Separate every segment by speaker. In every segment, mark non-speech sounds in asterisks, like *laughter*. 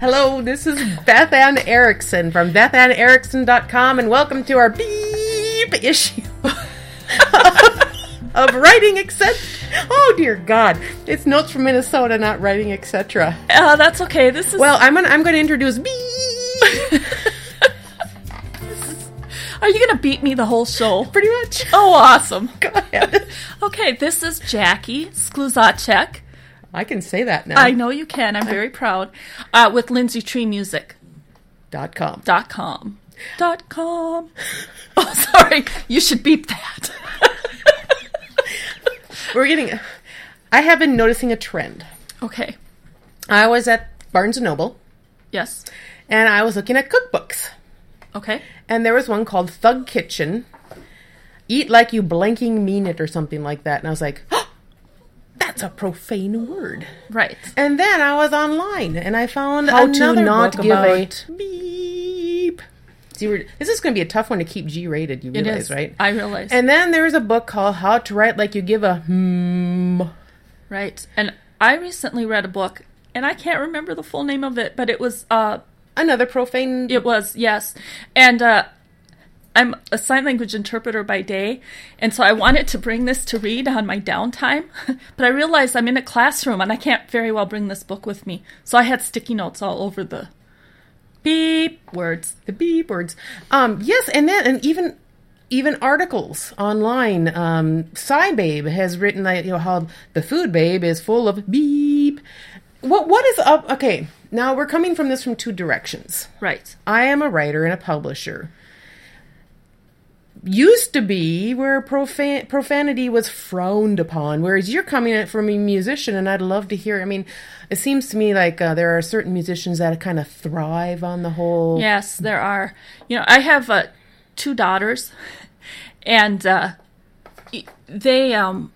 Speaker 1: Hello, this is Beth Ann Erickson from BethAnnErickson.com, and welcome to our beep issue of, of writing, etc. Oh dear God, it's notes from Minnesota, not writing, etc.
Speaker 2: Uh, that's okay. This is.
Speaker 1: Well, I'm gonna I'm gonna introduce beep
Speaker 2: Are you gonna beat me the
Speaker 1: *laughs*
Speaker 2: whole show?
Speaker 1: pretty much.
Speaker 2: Oh, awesome.
Speaker 1: Go ahead.
Speaker 2: Okay, this is Jackie Skluzacek.
Speaker 1: I can say that now.
Speaker 2: I know you can. I'm very proud. Uh, with Lindsay Tree Music.
Speaker 1: Dot com.
Speaker 2: dot com dot com *laughs* oh sorry you should beep that
Speaker 1: *laughs* We're getting. I have been noticing a trend.
Speaker 2: okay
Speaker 1: I was at Barnes and Noble,
Speaker 2: yes
Speaker 1: and I was looking at cookbooks.
Speaker 2: okay
Speaker 1: and there was one called Thug Kitchen. Eat like you blanking mean it or something like that. And I was like, oh, that's a profane word.
Speaker 2: right
Speaker 1: And then I was online and I found
Speaker 2: How to
Speaker 1: another
Speaker 2: not
Speaker 1: book
Speaker 2: give
Speaker 1: about beep. See, we're- this is going to be a tough one to keep G rated. You
Speaker 2: it
Speaker 1: realize,
Speaker 2: is
Speaker 1: right?
Speaker 2: i realize
Speaker 1: and then there was a book called How to Write Like You Give a Hmm.
Speaker 2: right and i recently read a book and i can't remember the full name of it but it was uh
Speaker 1: Another profane.
Speaker 2: it was yes and uh i'm a sign language interpreter by day and so i wanted to bring this to read on my downtime *laughs* but i realized i'm in a classroom and i can't very well bring this book with me so i had sticky notes all over the beep words
Speaker 1: the beep words um yes and then and even even articles online um Sci babe has written like you know how the food babe is full of beep what what is up okay now we're coming from this from two directions
Speaker 2: Right.
Speaker 1: i am a writer and a publisher used to be where profan- profanity was frowned upon whereas you're coming at it from a musician and i'd love to hear i mean it seems to me like uh, there are certain musicians that kind of thrive on the whole
Speaker 2: Yes, there are. You know, I have uh, two daughters, *laughs* and uh, e- they, um,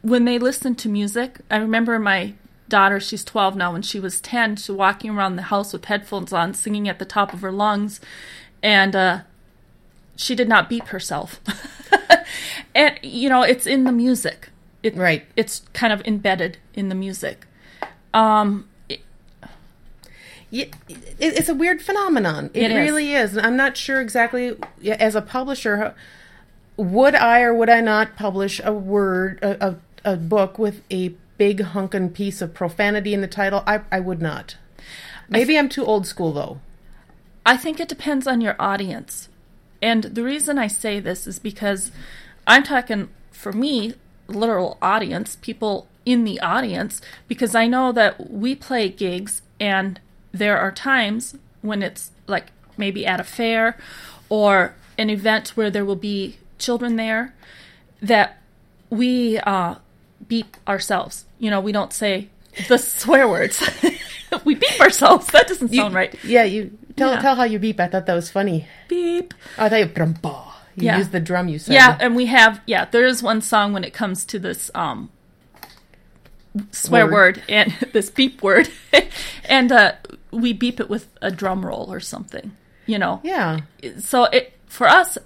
Speaker 2: when they listen to music, I remember my daughter, she's 12 now, when she was 10, she walking around the house with headphones on, singing at the top of her lungs, and uh, she did not beep herself. *laughs* and, you know, it's in the music. It,
Speaker 1: right
Speaker 2: It's kind of embedded in the music.
Speaker 1: Yeah, it, it's a weird phenomenon. It,
Speaker 2: It is.
Speaker 1: really is. And I'm not sure exactly, yeah, as a publisher, how- would I or would I not publish a word, a, a, a book with a big hunkin' piece of profanity in the title? I, I would not. Maybe I'm too old school, though.
Speaker 2: I think it depends on your audience. And the reason I say this is because I'm talking for me, literal audience, people in the audience, because I know that we play gigs and there are times when it's like maybe at a fair or an event where there will be children there that we uh, beep ourselves. You know, we don't say the *laughs* swear words. we beep ourselves. That doesn't sound right.
Speaker 1: Yeah, you tell
Speaker 2: Yeah.
Speaker 1: tell how you beep. I thought that was funny.
Speaker 2: Beep.
Speaker 1: I thought you drumpa. You
Speaker 2: Yeah.
Speaker 1: used the drum you said.
Speaker 2: Yeah, and we have yeah, there is one song when it comes to this um swear
Speaker 1: Word.
Speaker 2: word, and *laughs* this beep word. and uh we beep it with a drum roll or something, you know.
Speaker 1: Yeah.
Speaker 2: So it for us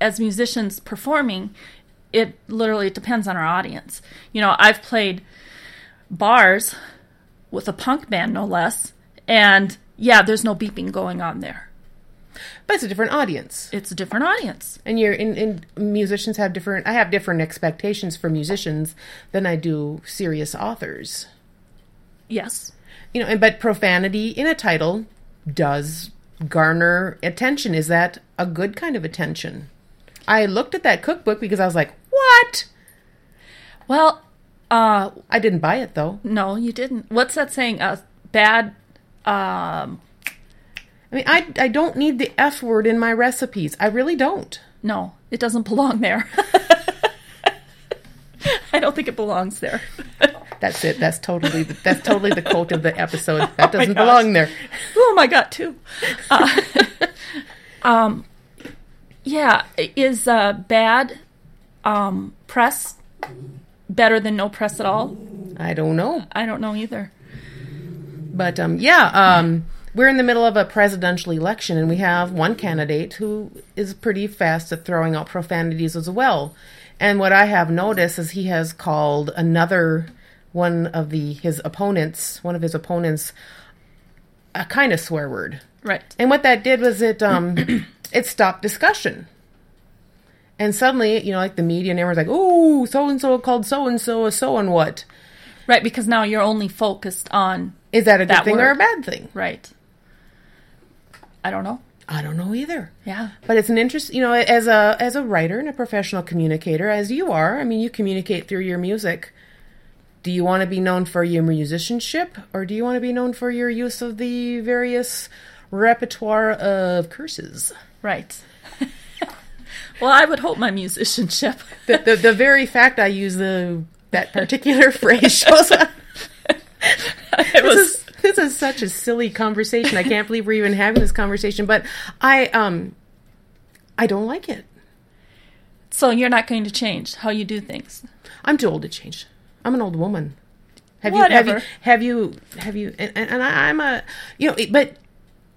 Speaker 2: as musicians performing, it literally depends on our audience. You know, I've played bars with a punk band no less, and yeah, there's no beeping going on there.
Speaker 1: But it's a different audience.
Speaker 2: It's a different audience.
Speaker 1: and you're in, in musicians have different i have different expectations for musicians than i do serious authors
Speaker 2: Yes.
Speaker 1: you know and but profanity in a title does garner attention is that a good kind of attention i looked at that cookbook because i was like what
Speaker 2: Well, uh
Speaker 1: i didn't buy it though
Speaker 2: No, you didn't. What's that saying? Uh, bad. Um,
Speaker 1: i mean i, I don't need the f word in my recipes i really don't
Speaker 2: no, it doesn't belong there. *laughs* I don't think it belongs there. *laughs*
Speaker 1: that's it that's totally the, that's totally the quote of the
Speaker 2: *laughs*
Speaker 1: episode that
Speaker 2: Oh my
Speaker 1: doesn't
Speaker 2: gosh.
Speaker 1: belong there
Speaker 2: Oh my god, too. Uh, *laughs* um, yeah, i- is uh, bad um, press better than no press at all?
Speaker 1: i don't know
Speaker 2: I don't know either.
Speaker 1: But um, yeah, um, we're in the middle of a presidential election, and we have one candidate who is pretty fast at throwing out profanities as well. And what I have noticed is he has called another one of the his opponents, one of his opponents, a kind of swear word.
Speaker 2: Right.
Speaker 1: And what that did was it um *clears throat* it stopped discussion. And suddenly, you know, like the media and everyone's like, "Oh, so and so called so and so a so and what."
Speaker 2: Right, because now you're only focused on
Speaker 1: Is that a good
Speaker 2: That
Speaker 1: thing or a
Speaker 2: word.
Speaker 1: bad thing?
Speaker 2: right. I don't know.
Speaker 1: I don't know either.
Speaker 2: Yeah.
Speaker 1: But it's an interest, you know, as a as a writer and a professional communicator, as you are. I mean, you communicate through your music. Do you want to be known for your musicianship, or do you want to be known for your use of the various repertoire of curses?
Speaker 2: Right. *laughs* well, I would hope my *laughs* musicianship.
Speaker 1: The the, the very fact I use the that particular *laughs* phrase shows. Up.
Speaker 2: *laughs* it
Speaker 1: This
Speaker 2: was
Speaker 1: is this is such a silly conversation. I can't believe we're even having this conversation. But I um, I don't like it.
Speaker 2: so you're not going to change how you do things.
Speaker 1: I'm too old to change. I'm an old woman. Have you
Speaker 2: Whatever.
Speaker 1: have you have you have you and, and, and I, I'm a you know it- but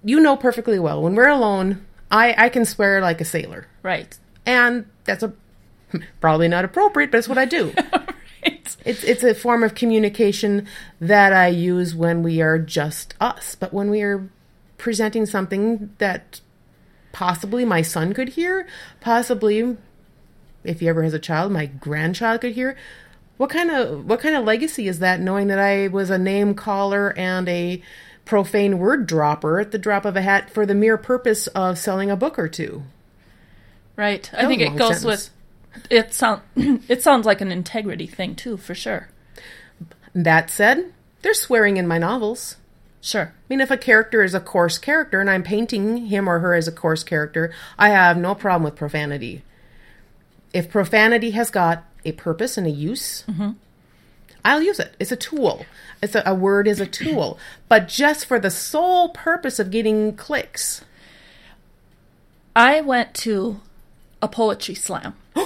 Speaker 1: you know perfectly well when we're alone I I can swear like a sailor
Speaker 2: Right.
Speaker 1: and that's a *laughs* probably not appropriate but it's what I do.
Speaker 2: right.
Speaker 1: it's it's a form of communication that I use when we are just us, but when we are presenting something that possibly my son could hear, possibly if he ever has a child, my grandchild could hear. What kind of what kind of legacy is that knowing that I was a name caller and a profane word dropper at the drop of a hat for the mere purpose of selling a book or two?
Speaker 2: Right. I
Speaker 1: That was
Speaker 2: think
Speaker 1: a
Speaker 2: it
Speaker 1: long
Speaker 2: goes
Speaker 1: sentence.
Speaker 2: with it sound *clears throat* it sounds like an integrity thing too, for sure.
Speaker 1: That said, there's swearing in my novels.
Speaker 2: Sure.
Speaker 1: I mean, if a character is a coarse character and I'm painting him or her as a coarse character, I have no problem with profanity. If profanity has got a purpose and a use, I'll use it. It's a tool. It's a, a word is a tool, but just for the sole purpose of getting clicks.
Speaker 2: I went to a poetry *gasps* slam. and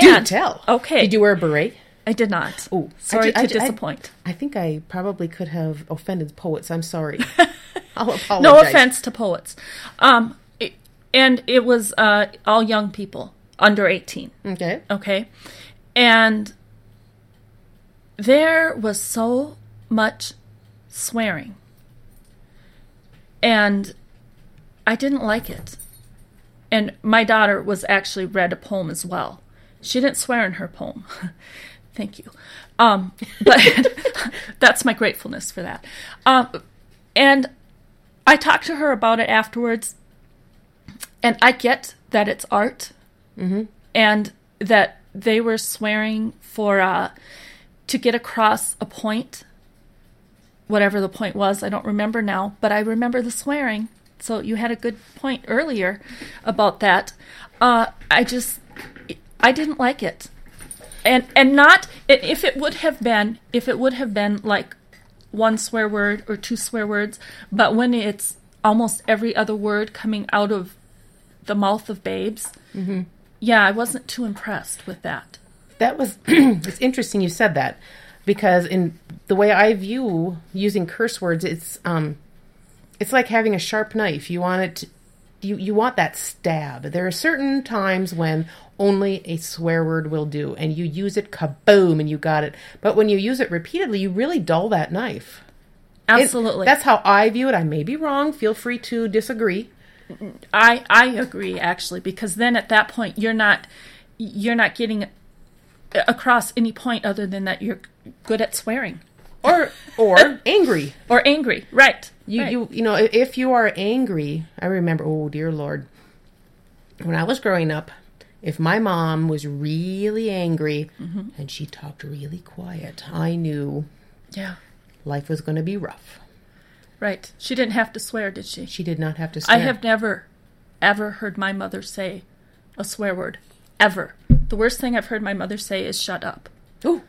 Speaker 1: Do tell.
Speaker 2: Okay.
Speaker 1: Did you wear a beret?
Speaker 2: I did not.
Speaker 1: Oh, I
Speaker 2: sorry
Speaker 1: ju- I
Speaker 2: to
Speaker 1: ju- I-
Speaker 2: disappoint.
Speaker 1: I think I probably could have offended poets. I'm
Speaker 2: *laughs*
Speaker 1: sorry. I'll apologize.
Speaker 2: no offense to poets. Um, it, and it was uh, all young people under 18.
Speaker 1: Okay.
Speaker 2: Okay. And there was so much swearing. And I didn't like it. And my daughter was actually read a poem as well. She didn't swear in her poem. *laughs* Thank you. Um, *laughs* but that's my gratefulness for that. Um, and I talked to her about it afterwards. And I get that it's art and that they were swearing for uh, to get across a point, whatever the point was. I don't remember now, but I remember the swearing. So you had a good point earlier about that. Uh, I just I didn't like it, and and not and if it would have been if it would have been like one swear word or two swear words, but when it's almost every other word coming out of the mouth of babes, yeah, I wasn't too impressed with that.
Speaker 1: That was *clears throat* it's interesting you said that because in the way I view using curse words, it's um, it's like having a sharp knife. You want it, you you want that stab. There are certain times when only a swear word will do, and you use it kaboom, and you got it. But when you use it repeatedly, you really dull that knife. It-
Speaker 2: Absolutely.
Speaker 1: that's how I view it. I may be wrong. Feel free to disagree.
Speaker 2: I I agree actually because then at that point you're not you're not getting across any point other than that you're good at swearing
Speaker 1: Or or angry.
Speaker 2: or angry. Right.
Speaker 1: You,
Speaker 2: Right.
Speaker 1: you, you know, i- if you are angry, I remember, oh dear Lord, when I was growing up, if my mom was really angry
Speaker 2: Mm-hmm.
Speaker 1: and she talked really quiet, I knew
Speaker 2: Yeah.
Speaker 1: life was going to be rough.
Speaker 2: Right. She didn't have to swear, did she?
Speaker 1: She did not have to swear.
Speaker 2: I have never ever heard my mother say a swear word ever. The worst thing I've heard my mother say is shut up.
Speaker 1: Ooh,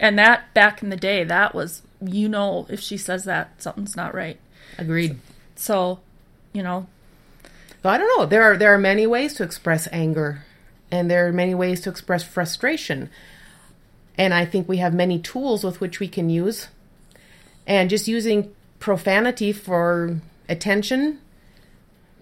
Speaker 2: And that back in the day that was you know if she says that something's not right.
Speaker 1: agreed.
Speaker 2: So, you know,
Speaker 1: So I don't know. There are there are many ways to express anger, and there are many ways to express frustration, and I think we have many tools with which we can use, and just using profanity for attention,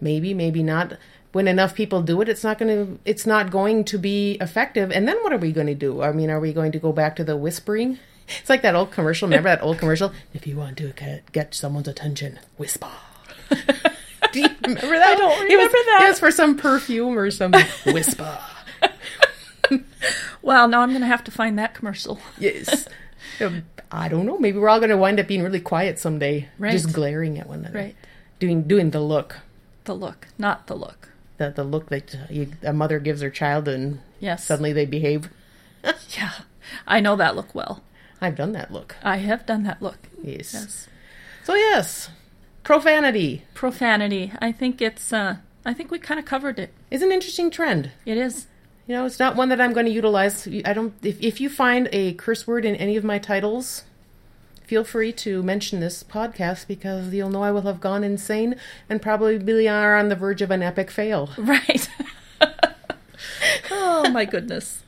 Speaker 1: maybe maybe not. When enough people do it, it's not going to it's not going to be effective. And then what are we going to do? I mean, are we going to go back to the whispering? *laughs* It's like that old commercial. Remember that old commercial? *laughs* If you want to get, get someone's attention, whisper. *laughs* Do you remember that?
Speaker 2: I don't
Speaker 1: It was-
Speaker 2: remember that.
Speaker 1: It was for some *laughs* perfume or something. whisper.
Speaker 2: Wow, now I'm going to have to find that commercial. *laughs*
Speaker 1: Yes. Um, I don't know. Maybe we're all going to wind up being really quiet someday,
Speaker 2: Right.
Speaker 1: just glaring at one another,
Speaker 2: Right.
Speaker 1: doing doing the look,
Speaker 2: The look, not the look.
Speaker 1: the the look that you, a mother gives her child, and
Speaker 2: Yes.
Speaker 1: suddenly they behave.
Speaker 2: Yeah. I know that look well.
Speaker 1: I've done that look.
Speaker 2: I have done that look.
Speaker 1: Yes.
Speaker 2: Yes.
Speaker 1: So yes, profanity
Speaker 2: Profanity. I think it's uh I think we kind of covered it.
Speaker 1: is an interesting trend.
Speaker 2: It is. *laughs*
Speaker 1: You know, it's not one that I'm going to utilize. I don't. If if you find a curse word in any of my titles, feel free to mention this podcast because you'll know I will have gone insane and probably are on the verge of an epic
Speaker 2: *laughs*
Speaker 1: fail.
Speaker 2: Right. oh my goodness.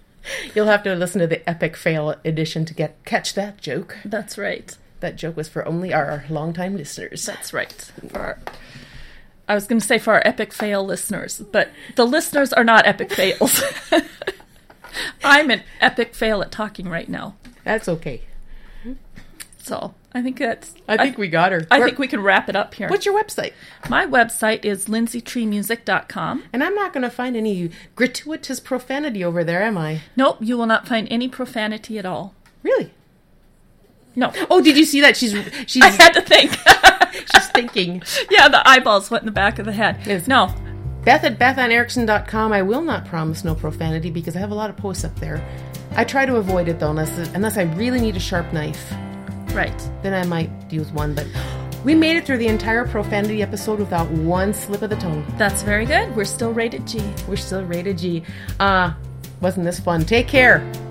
Speaker 1: You'll have to listen to the epic fail edition to get catch that joke.
Speaker 2: That's right.
Speaker 1: That joke was for only our longtime listeners.
Speaker 2: That's right. For our, I was going to say for our epic fail listeners, but the listeners are not epic fails. *laughs* I'm an epic fail at talking right now.
Speaker 1: That's okay.
Speaker 2: So I think that's.
Speaker 1: I think we got her.
Speaker 2: I
Speaker 1: Where-
Speaker 2: think we can wrap it up here.
Speaker 1: What's your website?
Speaker 2: My website is lindseatreemusic.com.
Speaker 1: And I'm not going to find any gratuitous profanity over there, am I?
Speaker 2: Nope, you will not find any profanity at all.
Speaker 1: Really?
Speaker 2: No. *laughs*
Speaker 1: Oh, did you see that? She's she's
Speaker 2: I had to think.
Speaker 1: *laughs* she's thinking.
Speaker 2: yeah, the eyeballs went in the back of the head.
Speaker 1: Yes.
Speaker 2: No.
Speaker 1: Beth at BethAnnErickson.com. I will not promise no profanity because I have a lot of posts up there. I try to avoid it though, unless unless I really need a sharp knife.
Speaker 2: Right.
Speaker 1: Then I might use one. But we made it through the entire profanity episode without one slip of the tongue.
Speaker 2: That's very good. We're still rated G.
Speaker 1: We're still rated G. Uh, wasn't this fun? Take care.